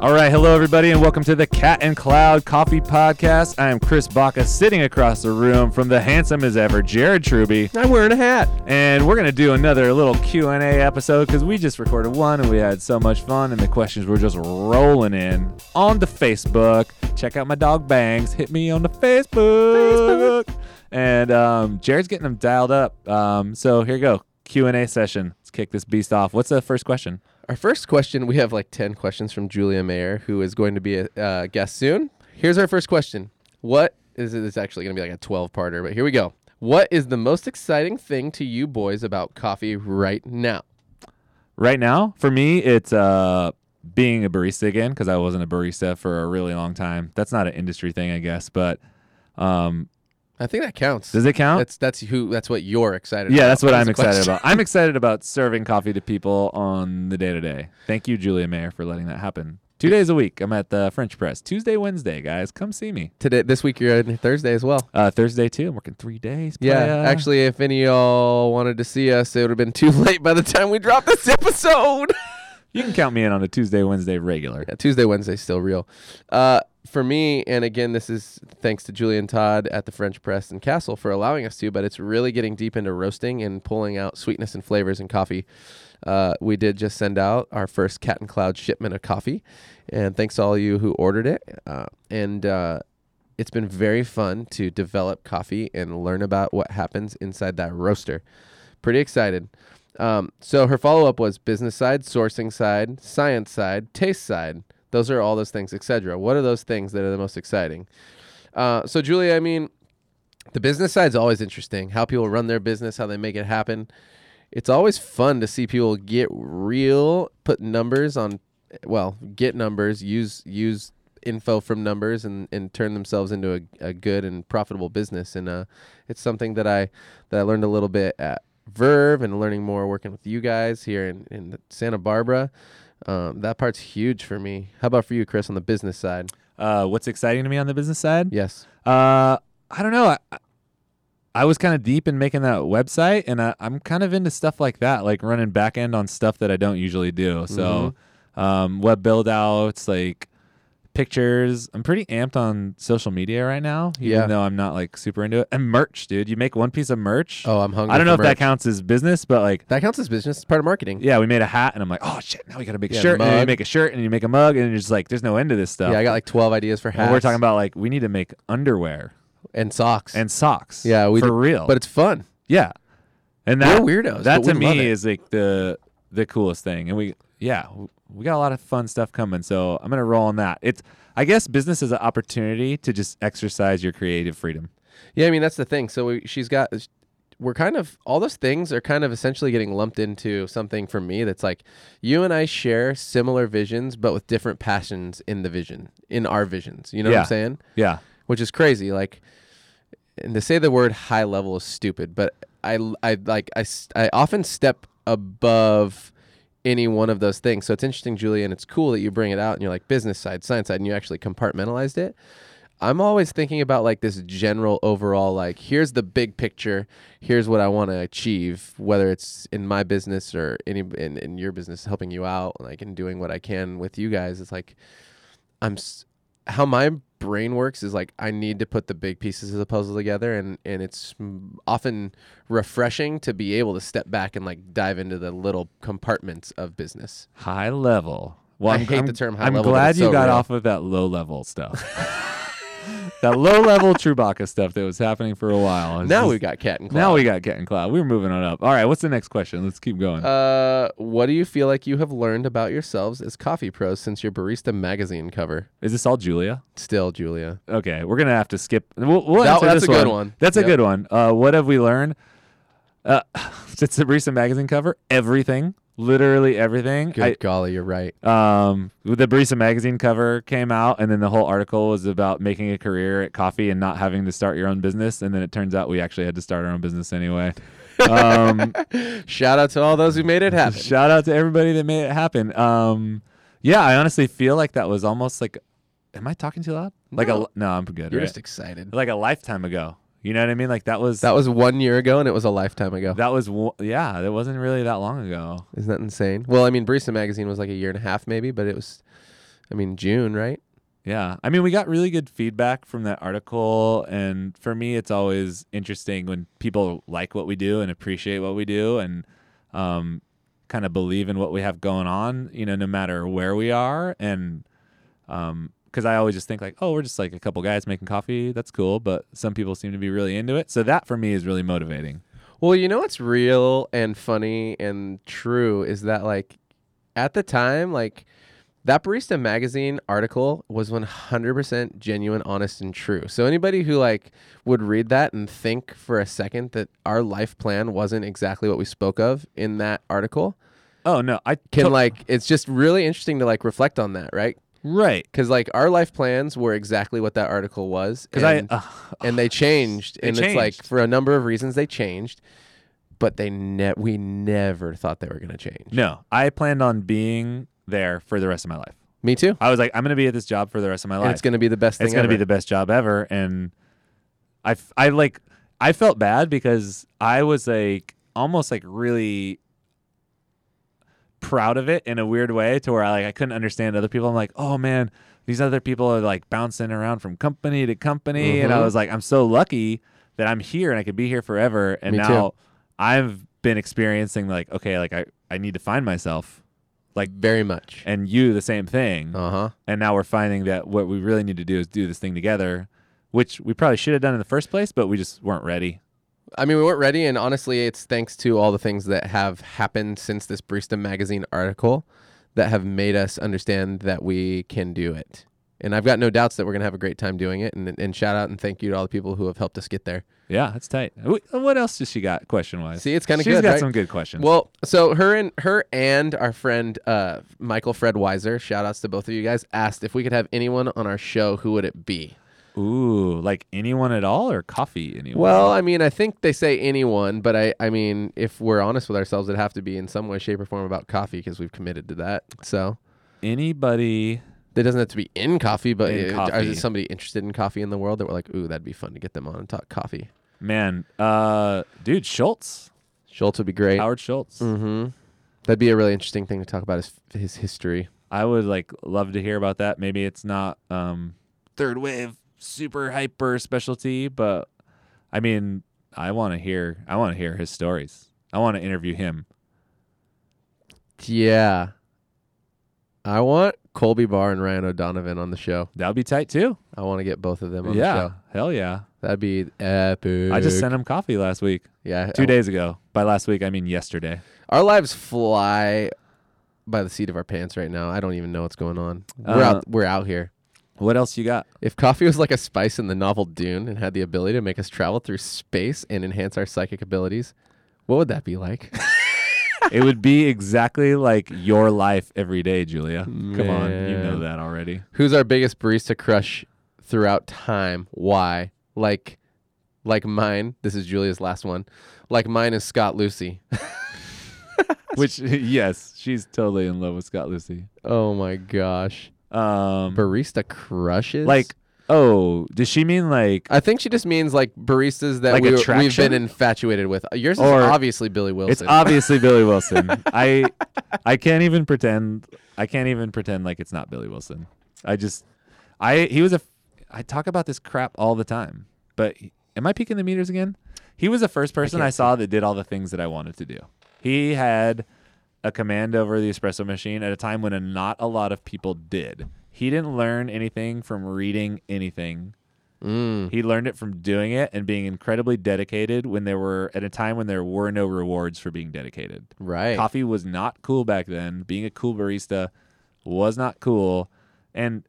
All right, hello everybody, and welcome to the Cat and Cloud Coffee Podcast. I am Chris Baca, sitting across the room from the handsome as ever Jared Truby, I'm wearing a hat. and we're gonna do another little Q and A episode because we just recorded one and we had so much fun, and the questions were just rolling in on the Facebook. Check out my dog Bangs. Hit me on the Facebook. And um, Jared's getting them dialed up. Um, so here you go, Q and A session. Let's kick this beast off. What's the first question? Our first question we have like 10 questions from Julia Mayer, who is going to be a uh, guest soon. Here's our first question What is it? It's actually going to be like a 12 parter, but here we go. What is the most exciting thing to you boys about coffee right now? Right now, for me, it's uh, being a barista again because I wasn't a barista for a really long time. That's not an industry thing, I guess, but um, I think that counts. does it count? That's that's who that's what you're excited about. yeah, that's what is I'm the excited question. about. I'm excited about serving coffee to people on the day to day. Thank you, Julia Mayer, for letting that happen. Two days a week, I'm at the French Press. Tuesday, Wednesday, guys, come see me. Today this week you're on Thursday as well. Uh, Thursday too. I'm working three days. Yeah, playa. actually, if any of y'all wanted to see us, it would have been too late by the time we dropped this episode. you can count me in on a Tuesday, Wednesday regular. Yeah, Tuesday, Wednesday, still real. Uh, for me, and again, this is thanks to Julian Todd at the French Press and Castle for allowing us to, but it's really getting deep into roasting and pulling out sweetness and flavors in coffee. Uh, we did just send out our first Cat and Cloud shipment of coffee, and thanks to all you who ordered it. Uh, and uh, it's been very fun to develop coffee and learn about what happens inside that roaster. Pretty excited. Um, so her follow up was business side, sourcing side, science side, taste side. Those are all those things, etc. What are those things that are the most exciting? Uh, so Julia, I mean, the business side's always interesting. How people run their business, how they make it happen. It's always fun to see people get real, put numbers on, well, get numbers, use use info from numbers, and, and turn themselves into a, a good and profitable business. And uh, it's something that I that I learned a little bit at Verve and learning more working with you guys here in, in Santa Barbara. Um, that part's huge for me. How about for you, Chris, on the business side? Uh, what's exciting to me on the business side? Yes. Uh, I don't know. I, I- I was kind of deep in making that website, and I, I'm kind of into stuff like that, like running back end on stuff that I don't usually do. So, Mm-hmm. um, web build outs, like pictures. I'm pretty amped on social media right now, even Yeah. though I'm not like super into it. And merch, dude. You make one piece of merch. Oh, I'm hungry. I don't know if for that merch. counts as business, but like, That counts as business. It's part of marketing. yeah, we made a hat, and I'm like, oh shit, now we got to make a Yeah, shirt, and then you mug. make a shirt, and you make a mug, and you're just like, there's no end to this stuff. Yeah, I got like 12 ideas for hats. and we're talking about like we need to make underwear and socks. and socks. yeah, we for do- real. But it's fun. Yeah, and We're that weirdos. that but to we love me it. is like the the coolest thing. And we yeah w- we got a lot of fun stuff coming. So I'm gonna roll on that. It's I guess business is an opportunity to just exercise your creative freedom. Yeah, I mean that's the thing. So we, she's got. We're kind of all those things are kind of essentially getting lumped into something for me that's like you and I share similar visions, but with different passions in the vision, in our visions. You know what Yeah. I'm saying? Yeah, Which is crazy. Like, and to say the word high level is stupid, but I, I like I, s- I often step above any one of those things. So it's interesting, Julia, and it's cool that you bring it out and you're like business side, science side, and you actually compartmentalized it. I'm always thinking about like this general overall, like, here's the big picture. Here's what I want to achieve, whether it's in my business or any in, in your business, helping you out, like, and doing what I can with you guys. It's like, I'm s- how my brain works is like, I need to put the big pieces of the puzzle together. And, and it's mm, often refreshing to be able to step back and like dive into the little compartments of business. high level. Well, I I'm, hate I'm- the term high I'm level, but glad it's you so got real. off of that low level stuff. that low level Chewbacca stuff that was happening for a while. It's Now just- we've got cat and now claw. we got Cat and Cloud. We're moving on up. All right, what's the next question? Let's keep going. Uh, what do you feel like you have learned about yourselves as coffee pros since your barista magazine cover? Is this all Julia? Still, Julia. okay, we're gonna have to skip. We'll, we'll That- answer that's this a good one. That's a Yep. good one. Uh, what have we learned? Uh, it's a recent magazine cover. Everything, literally everything. Good golly, you're right. I, um, the Barista magazine cover came out, and then the whole article was about making a career at coffee and not having to start your own business. And then it turns out we actually had to start our own business anyway. Um, Shout out to all those who made it happen. Shout out to everybody that made it happen. Um, yeah, I honestly feel like that was almost like, am I talking too loud? Like a No. l- no, I'm good. You're right? just excited. like a lifetime ago. You know what I mean? Like that was That that, was one year ago, and it was a lifetime ago. was wo- yeah, that wasn't really that long ago. Isn't that insane? Well, I mean, Barista magazine was like a year and a half, maybe, but it was. I mean, June, right? Yeah. I mean, we got really good feedback from that article. And for me, it's always interesting when people like what we do and appreciate what we do and um, kind of believe in what we have going on, you know, no matter where we are. And because I always just think, like, oh, we're just like a couple guys making coffee. That's cool. But some people seem to be really into it. So that for me is really motivating. Well, you know what's real and funny and true is that like at the time, like that barista magazine article was 100% genuine, honest and true. So anybody who like would read that and think for a second that our life plan wasn't exactly what we spoke of in that article Oh, no. I can to- like it's just really interesting to like reflect on that, right? Right. Cuz like our life plans were exactly what that article was Because I. and- uh, and they changed They and it's like changed. for a number of reasons they changed but they ne- we never thought they were going to change No, I planned on being there for the rest of my life. me too I was like, I'm going to be at this job for the rest of my and life. it's going to be the best thing it's going to be ever. the best job ever. And I, f- I like, I felt bad because I was like almost like really proud of it in a weird way to where I like I couldn't understand other people. I'm like, oh man, these other people are like bouncing around from company to company, and I Mhm. was like, I'm so lucky that I'm here and I could be here forever. And Me too. now I've been experiencing like, okay, like I I need to find myself, like- very much and you the same thing uh-huh and now we're finding that what we really need to do is do this thing together which we probably should have done in the first place but we just weren't ready i mean we weren't ready and honestly it's thanks to all the things that have happened since this barista magazine article that have made us understand that we can do it and i've got no doubts that we're going to have a great time doing it and, and shout out and thank you to all the people who have helped us get there yeah that's tight Wh- what else does she got question wise see it's kind of she's good got right? some good questions Well, so her and her and our friend uh, Michael Fred Weiser, shout outs to both of you guys, asked if we could have anyone on our show, who would it be? ooh like anyone at all or coffee anyone Well, I mean, I think they say anyone, but I, I mean, if we're honest with ourselves, it'd have to be in some way, shape, or form about coffee because we've committed to that. So anybody it doesn't have to be in coffee, but In it- coffee. is there somebody interested in coffee in the world that we're like, ooh, that'd be fun to get them on and talk coffee? man uh dude schultz Schultz would be great. howard schultz mm-hmm. That'd be a really interesting thing to talk about is his history. i would like love to hear about that maybe it's not um third wave super hyper specialty but i mean i want to hear i want to hear his stories i want to interview him Yeah. I want Colby Barr and Ryan O'Donovan on the show. That would be tight too. I want to get both of them on yeah. the show. Hell yeah. That'd be epic. I just sent him coffee last week, yeah, two I- days ago. By last week, I mean yesterday. Our lives fly by the seat of our pants right now. I don't even know what's going on. we're Uh, out. We're out here. What else you got? If coffee was like a spice in the novel Dune and had the ability to make us travel through space and enhance our psychic abilities, what would that be like? it would be exactly like your life every day, Julia. Come on. You know Man. that already. Who's our biggest barista crush throughout time? Why? Like, like mine. This is Julia's last one. Like mine is Scott Lucy. Which, yes, she's totally in love with Scott Lucy. Oh my gosh, Um, barista crushes. like, oh, does she mean like, I think she just means like baristas that Like we, we've attraction? been infatuated with. Yours is Or- obviously Billy Wilson. it's obviously Billy Wilson. I, I can't even pretend. I can't even pretend like it's not Billy Wilson. I just, I he was a. I talk about this crap all the time, but he- am I peeking the meters again? He was the first person I, saw that did all the things that I wanted to do. He had a command over the espresso machine at a time when a, not a lot of people did. He didn't learn anything from reading anything. Mm, He learned it from doing it and being incredibly dedicated when there were at a time when there were no rewards for being dedicated. right. Coffee was not cool back then. Being a cool barista was not cool. And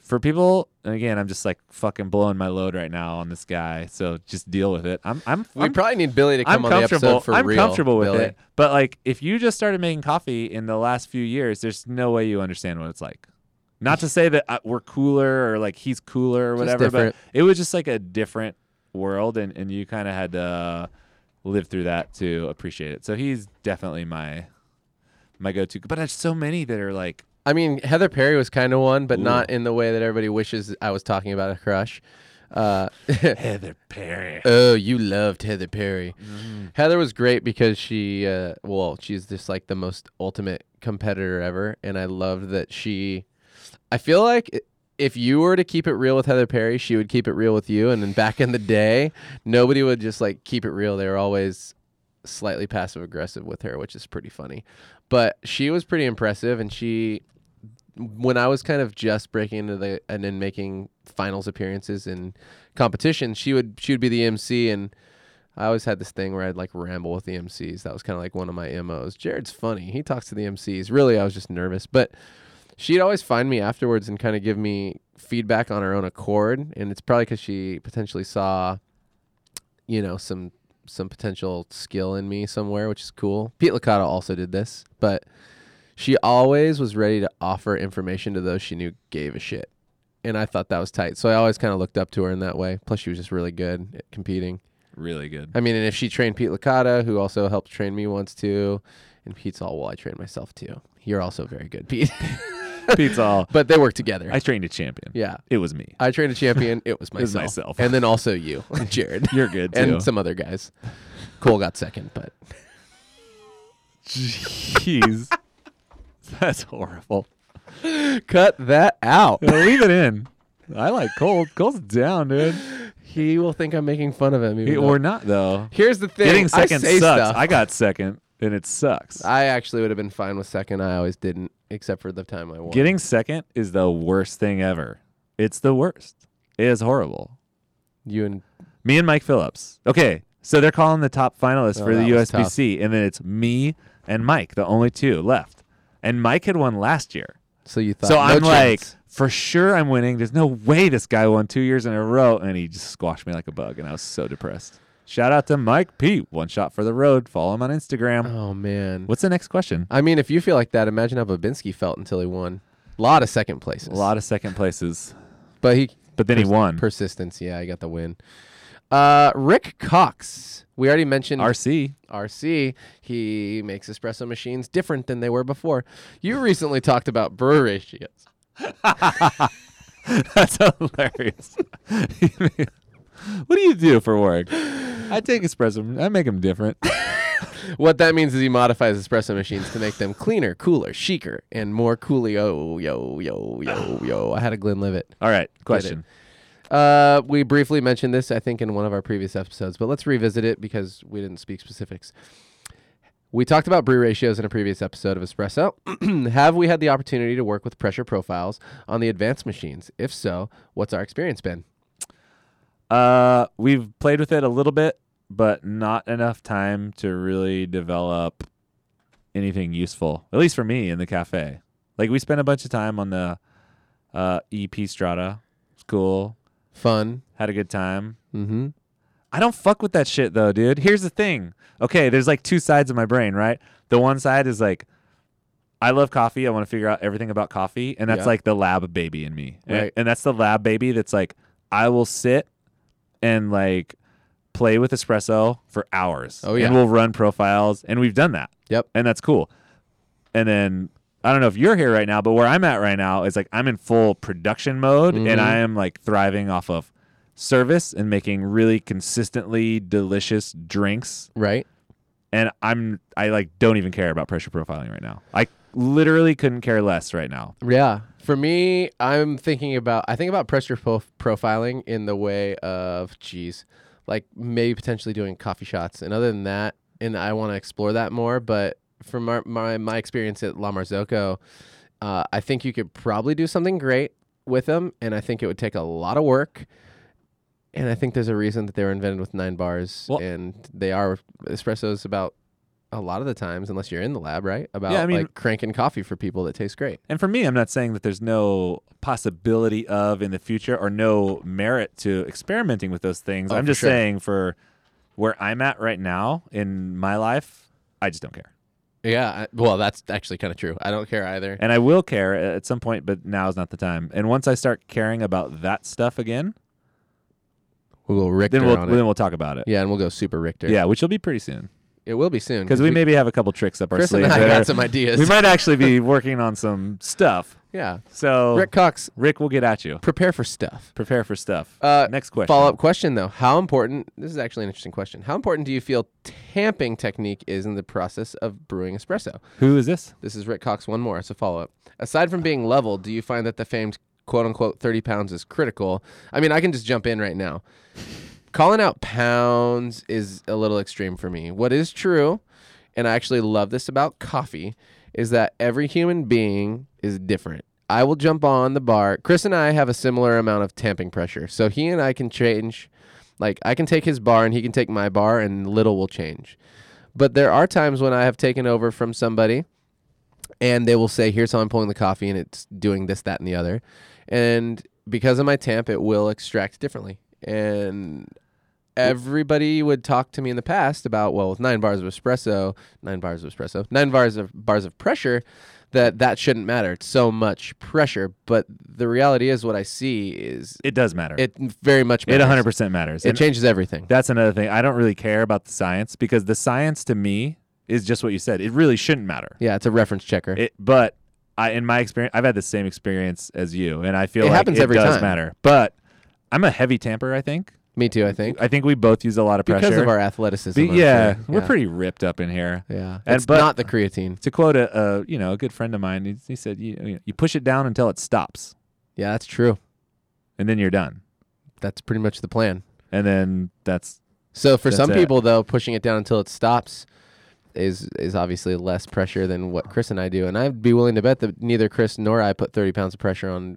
for people, and again, I'm just like fucking blowing my load right now on this guy. So just deal with it. I'm I'm we I'm, probably need Billy to I'm come on the comfortable. episode for I'm real. comfortable with Billy. it. But like if you just started making coffee in the last few years, there's no way you understand what it's like. Not to say that uh, we're cooler or like he's cooler or Just whatever, but different. it was just like a different world and, and you kind of had to uh, live through that to appreciate it. So he's definitely my my go-to. But there's so many that are like I mean, Heather Perry was kind of one, but Ooh. not in the way that everybody wishes. I was talking about a crush. Uh, Heather Perry. Oh, you loved Heather Perry. Mm, Heather was great because she, uh, well, she's just like the most ultimate competitor ever, and I loved that she I feel like i- if you were to keep it real with Heather Perry, she would keep it real with you. And then back in the day, nobody would just like keep it real. They were always slightly passive aggressive with her, which is pretty funny. But she was pretty impressive, and she, when I was kind of just breaking into the and then making finals appearances in competition, she would she would be the MC and. I always had this thing where I'd like ramble with the MCs. That was kind of like one of my MOs. Jared's funny. He talks to the MCs. Really, I was just nervous. But she'd always find me afterwards and kind of give me feedback on her own accord. And it's probably because she potentially saw, you know, some some potential skill in me somewhere, which is cool. Pete Licata also did this, but she always was ready to offer information to those she knew gave a shit. And I thought that was tight. So I always kind of looked up to her in that way. Plus, she was just really good at competing. Really good. I mean, and if she trained Pete Licata, who also helped train me once too, and Pete's all, well, I trained myself too. You're also very good, Pete. Pete's all. but they work together. I trained a champion. yeah. It was me. I trained a champion. It was myself. was myself. And then also you, Jared. You're good too. and some other guys. Cole got second, but Jeez. That's horrible. cut that out. Well, leave it in. I like cold. Cold's down, dude. He will think I'm making fun of him. even though- Or not though. Here's the thing. Getting I second say sucks. stuff. I got second, and it sucks. I actually would have been fine with second. I always didn't, except for the time I won. Getting second is the worst thing ever. It's the worst. It is horrible. you and Me and Mike Phillips. Okay, so they're calling the top finalists Oh, for the that was tough. USBC, and then it's me and Mike, the only two left. And Mike had won last year. so you thought. So no I'm like, chance. for sure I'm winning. There's no way this guy won two years in a row. And he just squashed me like a bug. And I was so depressed. Shout out to Mike Pete. One shot for the road. Follow him on Instagram. oh man. What's the next question? I mean, if you feel like that, imagine how Babinski felt until he won. A lot of second places. A lot of second places. But he But then he won. persistence. Yeah, I got the win. Uh, Rick Cox. We already mentioned RC. RC. He makes espresso machines different than they were before. You recently talked about brew ratios. That's hilarious. what do you do for work? I take espresso. I make them different. What that means is he modifies espresso machines to make them cleaner, cooler, chicer, and more coolio. Yo, yo, yo, yo. I had a Glenlivet. All right. Question. Uh, we briefly mentioned this, I think, in one of our previous episodes, but let's revisit it because we didn't speak specifics. We talked about brew ratios in a previous episode of Espresso. Have we had the opportunity to work with pressure profiles on the advanced machines? If so, what's our experience been? Uh, we've played with it a little bit, but not enough time to really develop anything useful. At least for me in the cafe. Like we spent a bunch of time on the uh, EP Strata. It's cool. Fun. Had a good time. Mm-hmm. I don't fuck with that shit though, dude. Here's the thing. Okay, there's like two sides of my brain, right? The one side is like, I love coffee. I want to figure out everything about coffee, and that's Yeah. like the lab baby in me, And- Right. And that's the lab baby that's like, I will sit and like play with espresso for hours. Oh, yeah. and we'll run profiles, and we've done that. Yep. and that's cool. And then I don't know if you're here right now, but where I'm at right now is like I'm in full production mode Mhm. and I am like thriving off of service and making really consistently delicious drinks. Right? And I'm I like don't even care about pressure profiling right now. I literally couldn't care less right now. Yeah. For me, I'm thinking about I think about pressure prof- profiling in the way of geez, like maybe potentially doing coffee shots. And other than that, and I want to explore that more. But from our, my my experience at La Marzocco, uh, I think you could probably do something great with them, and I think it would take a lot of work. And I think there's a reason that they were invented with nine bars, Well- and they are espressos about a lot of the times, unless you're in the lab, right? About I mean- like cranking coffee for people that tastes great. And for me, I'm not saying that there's no possibility of in the future or no merit to experimenting with those things. Oh, I'm for just sure. saying for where I'm at right now in my life, I just don't care. Yeah, I, well, that's actually kind of true. I don't care either. And I will care a- at some point, but now is not the time. And once I start caring about that stuff again, We'll go Richter then we'll on it. then we'll talk about it. Yeah, and we'll go super Richter. Yeah, which will be pretty soon. It will be soon because we, maybe have a couple tricks up our Chris and sleeve. I that got are- some ideas. we might actually be working on some stuff. yeah. So Rick Rick, Cox, will get at you. prepare for stuff. Prepare for stuff. Uh, Next question. Follow up question though: How important? This is actually an interesting question. How important do you feel tamping technique is in the process of brewing espresso? Who is this? This is Rick Cox. One more. It's a follow up. Aside from being level, do you find that the famed quote unquote 30 pounds is critical? I mean, I can just jump in right now. Calling out pounds is a little extreme for me. What is true, and I actually love this about coffee, is that every human being is different. I will jump on the bar. Chris and I have a similar amount of tamping pressure. So he and I can change. Like, I can take his bar and he can take my bar, and little will change. But there are times when I have taken over from somebody and they will say, "Here's how I'm pulling the coffee, and it's doing this, that, and the other." And because of my tamp, it will extract differently. And everybody would talk to me in the past about, well, with nine bars of espresso, nine bars of espresso, nine bars of bars of pressure, that that shouldn't matter. It's so much pressure, but the reality is, what I see is It does matter. it very much It matters. 100% matters. It And changes everything. that's another thing. I don't really care about the science because the science to me is just what you said. It really shouldn't matter. Yeah, it's a reference checker. It, but I, in my experience, I've had the same experience as you, and I feel It like happens it every does time. matter. But I'm a heavy tamper. I think. me too, I think, I think we both use a lot of pressure. because of our athleticism. Be- I'm yeah, sure. we're yeah. pretty ripped up in here. Yeah, And it's but- not the creatine. To quote a, a you know a good friend of mine, he, he said, you, "You push it down until it stops, Yeah, that's true. and then you're done." That's pretty much the plan. And then that's So for That's some it. people though, pushing it down until it stops is is obviously less pressure than what Chris and I do. And I'd be willing to bet that neither Chris nor I put thirty pounds of pressure on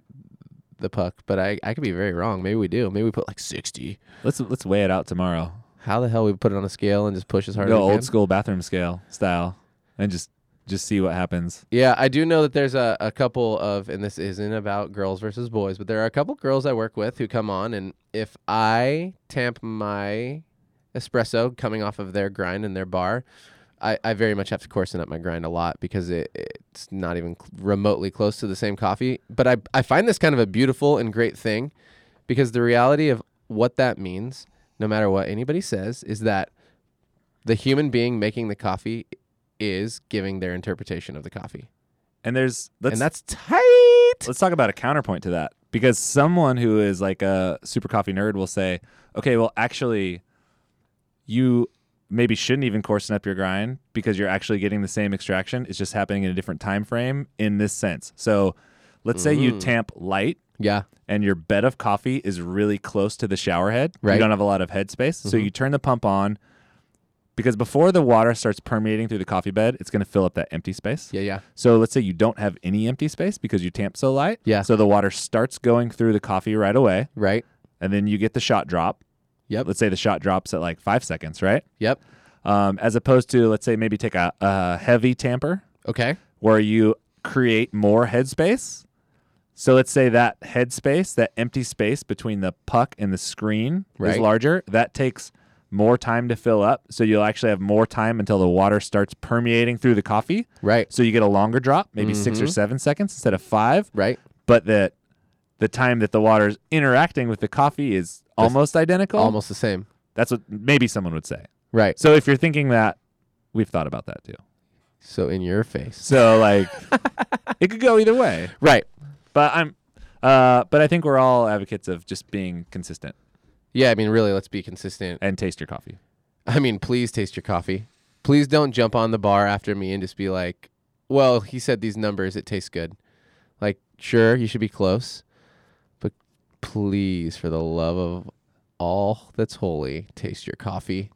the puck, but I, I could be very wrong. Maybe we do. Maybe we put like sixty. let's let's weigh it out tomorrow. How the hell we put it on a scale and just push as hard Go as we old can? school bathroom scale style, and just just see what happens. Yeah, I do know that there's a, a couple of, and this isn't about girls versus boys, but there are a couple girls I work with who come on, and if I tamp my espresso coming off of their grind in their bar, I, I very much have to coarsen up my grind a lot because it, it's not even cl- remotely close to the same coffee. But I, I find this kind of a beautiful and great thing because the reality of what that means, no matter what anybody says, is that the human being making the coffee is giving their interpretation of the coffee And there's let's and that's tight. let's talk about a counterpoint to that because someone who is like a super coffee nerd will say, okay, well, actually, you maybe shouldn't even coarsen up your grind because you're actually getting the same extraction. It's just happening in a different time frame in this sense. So let's say you tamp light Yeah, and your bed of coffee is really close to the shower head. Right. You don't have a lot of head space. So you turn the pump on because before the water starts permeating through the coffee bed, it's going to fill up that empty space. yeah, yeah. So let's say you don't have any empty space because you tamp so light. Yeah. So the water starts going through the coffee right away, Right. and then you get the shot drop. Yep. Let's say the shot drops at like five seconds, right? Yep. Um, as opposed to let's say maybe take a, a heavy tamper Okay. where you create more headspace. So let's say that headspace, that empty space between the puck and the screen is Right. larger. That takes more time to fill up. So you'll actually have more time until the water starts permeating through the coffee. Right. So you get a longer drop, maybe six Mm-hmm. or seven seconds instead of five, Right. but that the time that the water is interacting with the coffee is almost identical. Almost the same. That's what maybe someone would say. Right. So if you're thinking that, we've thought about that too. So in your face. So like, it could go either way. Right. But I'm, uh, but I think we're all advocates of just being consistent Yeah. I mean, really, let's be consistent. and taste your coffee. I mean, please taste your coffee. Please don't jump on the bar after me and just be like, "Well, he said these numbers. It tastes good." Like, sure, you should be close, but please, for the love of all that's holy, taste your coffee.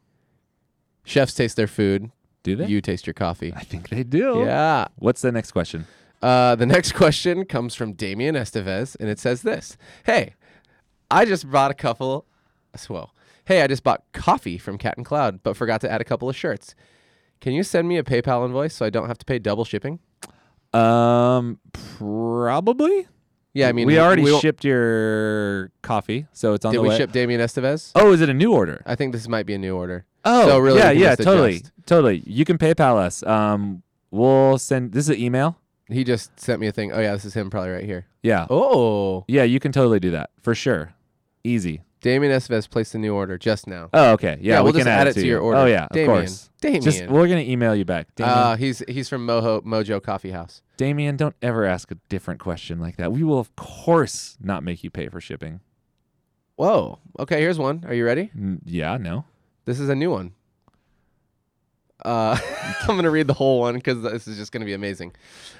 Chefs taste their food. Do they? You taste your coffee. I think they do. Yeah. What's the next question? Uh, the next question comes from Damian Estevez, and it says this Hey, I just bought a couple. Well, hey, I just bought coffee from Cat and Cloud, but forgot to add a couple of shirts. Can you send me a PayPal invoice so I don't have to pay double shipping? Um, probably. Yeah, I mean, we already won't- shipped your coffee, so it's on Did the we way. ship Damian Estevez? Oh, is it a new order? I think this might be a new order. Oh, So really, yeah, we can yeah, just totally, adjust. totally. You can PayPal us. Um, we'll send. This is an email. He just sent me a thing. Oh, yeah, this is him probably right here. Yeah, Oh, yeah, you can totally do that for sure. Easy. Damien Esvez placed the new order just now. Oh, okay. Yeah, Yeah, we we'll can just add it to your you. order. Oh yeah, Damien. of course. Just Damien. we're gonna email you back. Damien, Uh, he's he's from Moho Mojo Coffee House. Damien, don't ever ask a different question like that. We will of course not make you pay for shipping. Whoa. Okay, here's one. Are you ready? Mm, yeah, no. This is a new one. Uh, I'm gonna read the whole one because this is just gonna be amazing.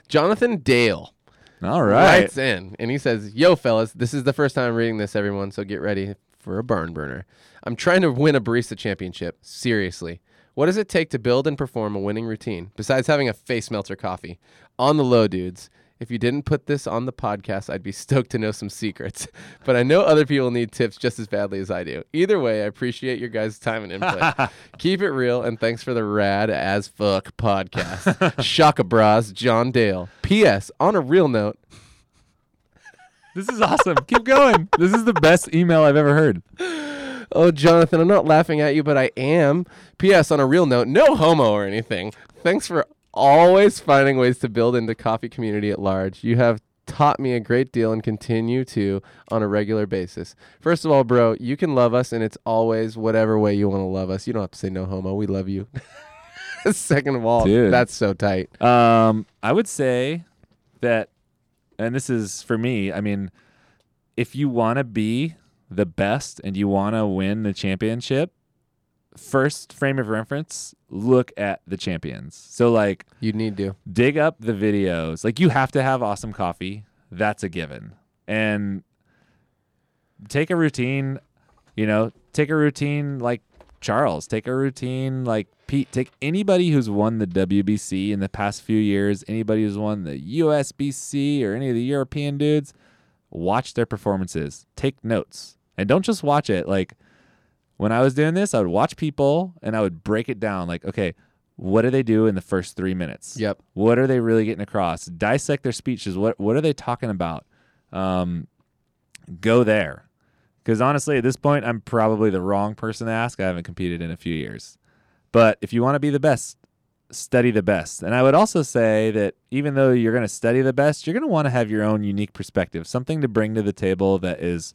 Jonathan Dale All right. writes in and he says, "Yo, fellas, this is the first time I'm reading this. Everyone, so get ready for a barn burner. I'm trying to win a barista championship. Seriously." What does it take to build and perform a winning routine besides having a face melter coffee? On the low, dudes. If you didn't put this on the podcast, I'd be stoked to know some secrets. But I know other people need tips just as badly as I do. Either way, I appreciate your guys' time and input. Keep it real, and thanks for the rad as fuck podcast. Shaka bras, John Dale. P.S. On a real note, This is awesome. Keep going. This is the best email I've ever heard. Oh, Jonathan, I'm not laughing at you, but I am. P.S. On a real note, no homo or anything. Thanks for always finding ways to build into coffee community at large. You have taught me a great deal and continue to on a regular basis. First of all, bro, you can love us, and it's always whatever way you want to love us. You don't have to say no homo. We love you. Second of all, Dude. that's so tight. Um, I would say that, and this is for me. I mean, if you want to be the best and you want to win the championship, first frame of reference, look at the champions. So like, You need to. dig up the videos. Like you have to have awesome coffee. That's a given. And take a routine, you know, take a routine like Charles, take a routine like Pete, take anybody who's won the WBC in the past few years, anybody who's won the USBC or any of the European dudes, watch their performances, take notes. And don't just watch it like when I was doing this, I would watch people and I would break it down like, okay, what do they do in the first 3 minutes? Yep. What are they really getting across? Dissect their speeches. What what are they talking about? Um, go there, because honestly, at this point, I'm probably the wrong person to ask. I haven't competed in a few years, but if you want to be the best, study the best. And I would also say that even though you're going to study the best, you're going to want to have your own unique perspective, something to bring to the table that is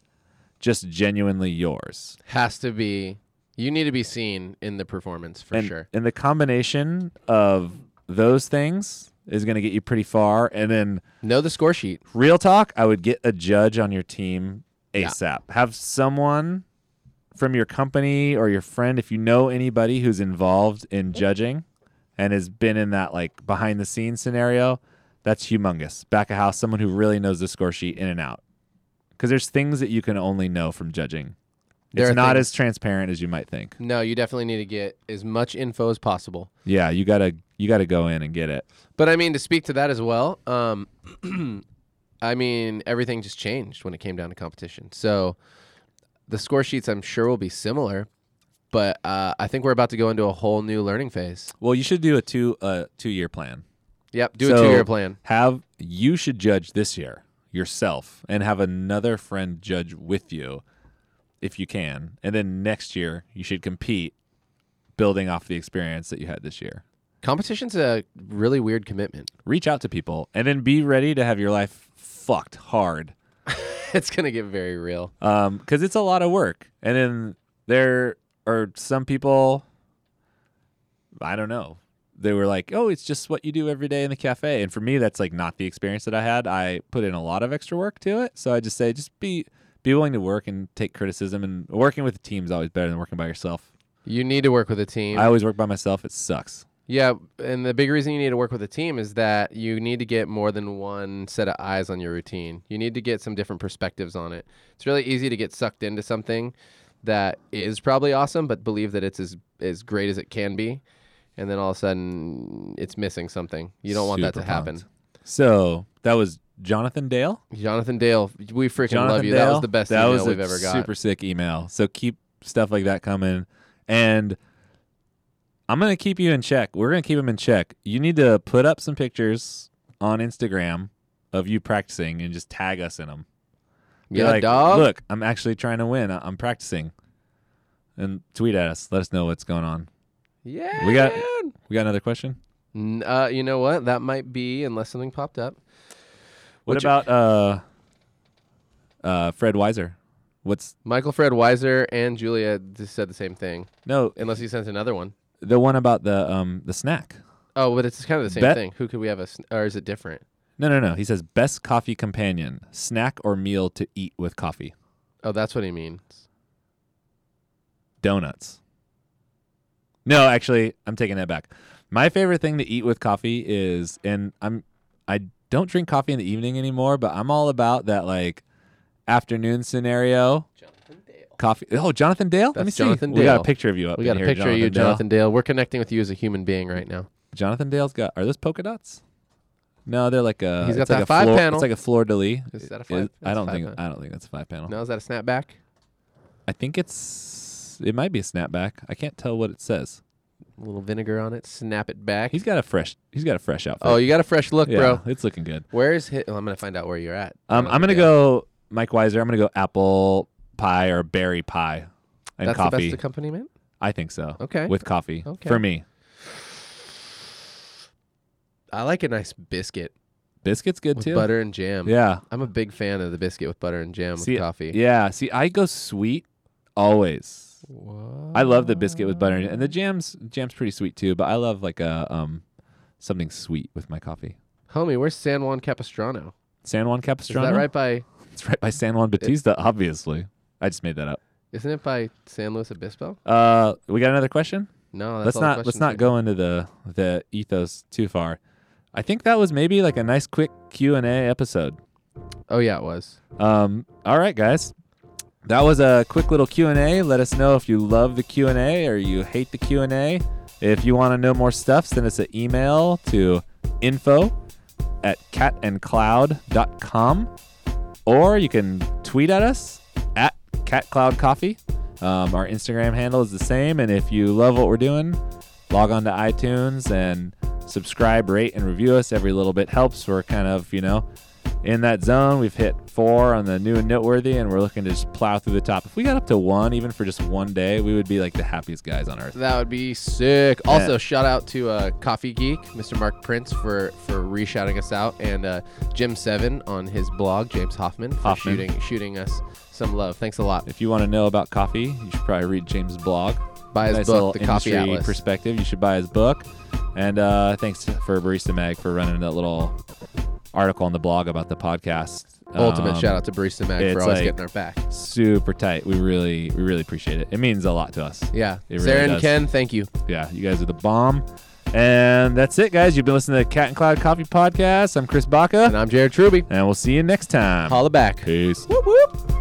just genuinely yours. Has to be. You need to be seen in the performance for and, sure. And the combination of those things is going to get you pretty far, and then. Know the score sheet. real talk, I would get a judge on your team Yeah. ASAP. Have someone from your company or your friend, if you know anybody who's involved in judging and has been in that like behind the scenes scenario, that's humongous. Back of house, someone who really knows the score sheet in and out. Because there's things that you can only know from judging. There are it's not things- as transparent as you might think. No, you definitely need to get as much info as possible. Yeah, you gotta you gotta go in and get it. But I mean, to speak to that as well, um, I mean, everything just changed when it came down to competition. So the score sheets, I'm sure, will be similar, but uh, I think we're about to go into a whole new learning phase. Well, you should do a two uh two year plan. Yep, do a So- two year plan. have you should judge this year yourself and have another friend judge with you if you can and then next year you should compete building off the experience that you had this year Competition's a really weird commitment. reach out to people and then be ready to have your life fucked hard it's gonna get very real. because Um, it's a lot of work and then there are some people i don't know they were like oh it's just what you do every day in the cafe and for me that's like not the experience that i had i put in a lot of extra work to it so i just say just be be willing to work and take criticism and working with a team is always better than working by yourself You need to work with a team. i always work by myself it sucks Yeah, and the big reason you need to work with a team is that you need to get more than one set of eyes on your routine. You need to get some different perspectives on it. It's really easy to get sucked into something that is probably awesome, but believe that it's as as great as it can be, and then all of a sudden it's missing something. You don't want that to Super happen. pumped. so that was jonathan dale Jonathan Dale, we freaking Jonathan love you. That Dale, was the best that email was a we've ever got. Super sick email. So keep stuff like that coming, and I'm gonna keep you in check. We're gonna keep them in check. You need to put up some pictures on Instagram of you practicing and just tag us in them. yeah, dog. Look, I'm actually trying to win. I- I'm practicing, and tweet at us. Let us know what's going on. yeah, we got- dude. We got another question. N- Uh, you know what? That might be unless something popped up. What Would you- about uh, uh, Fred Weiser? What's Michael Fred Weiser and Julia just said the same thing, no unless he sent another one. the one about the um the snack? Oh, but it's kind of the same Bet- thing. Who could we have a, sn- or is it different? No, no, no. He says best coffee companion, snack or meal to eat with coffee. Oh, that's what he means. Donuts. No, actually, I'm taking that back. My favorite thing to eat with coffee is and I'm I don't drink coffee in the evening anymore, but I'm all about that like afternoon scenario. Jonathan Dale. Coffee. Oh, Jonathan Dale. Let That's me see. Jonathan We got Dale. a picture of you up. We in got a here, picture of you, Dale. Jonathan Dale. We're connecting with you as a human being right now. Jonathan Dale's got are those polka dots? No, they're like a. He's got it's like that a five floor, panel. It's like a fleur de lis. Is that a five- I that's don't five think. panel. I don't think that's a five panel. Now is that a snapback? I think it's. It might be a snapback. I can't tell what it says. A little vinegar on it. Snap it back. He's got a fresh. He's got a fresh outfit. oh, you got a fresh look, yeah, bro. it's looking good. Where is hit? Well, I'm gonna find out where you're at. Um, I'm gonna go Mike Weiser. I'm gonna go apple pie or berry pie, and That's the coffee. best accompaniment. I think so. Okay. With coffee. Okay. For me, I like a nice biscuit biscuits good with too. butter and jam. Yeah. I'm a big fan of the biscuit with butter and jam See, with coffee. Yeah. See, I go sweet always. I love the biscuit with butter in it. and the jam's jam's pretty sweet too. But I love like a um something sweet with my coffee. Homie, where's San Juan Capistrano? San Juan Capistrano. Is that right by? It's right by San Juan Batista. obviously, I just made that up. Isn't it by San Luis Obispo? Uh, we got another question. No, let's that's all the not let's questions not I- go into the the ethos too far. I think that was maybe like a nice quick Q and A episode. Oh yeah, it was. Um, all right, guys. That was a quick little Q&A. Let us know if you love the Q&A or you hate the Q&A. If you want to know more stuff, send us an email to info at catandcloud.com or you can tweet at us at catcloudcoffee. Um, our Instagram handle is the same. And if you love what we're doing, log on to iTunes and subscribe, rate, and review us. Every little bit helps. We're kind of, you know, in that zone. We've hit four on the new and noteworthy, and we're looking to just plow through the top. If we got up to one, even for just one day, we would be like the happiest guys on earth. That would be sick. Also, shout out to uh, Coffee Geek, Mr. Mark Prince, for for re-shouting us out, and uh, Jim Seven on his blog, James Hoffman, for Hoffman. shooting shooting us some love. Thanks a lot. If you want to know about coffee, you should probably read James' blog. Buy his nice little book, The Coffee industry Atlas. perspective. You should buy his book. And uh, thanks for Barista Mag for running that little article on the blog about the podcast. Ultimate Um, shout out to Barista Mag it's for always like- getting our back. Super tight. We really, we really appreciate it. It means a lot to us. Yeah, It really Sarah and does. Ken, thank you. yeah, you guys are the bomb. And that's it, guys. You've been listening to Cat and Cloud Coffee Podcast. I'm Chris Baca, And I'm Jared Truby. and we'll see you next time. Holla back. Peace. Whoop whoop.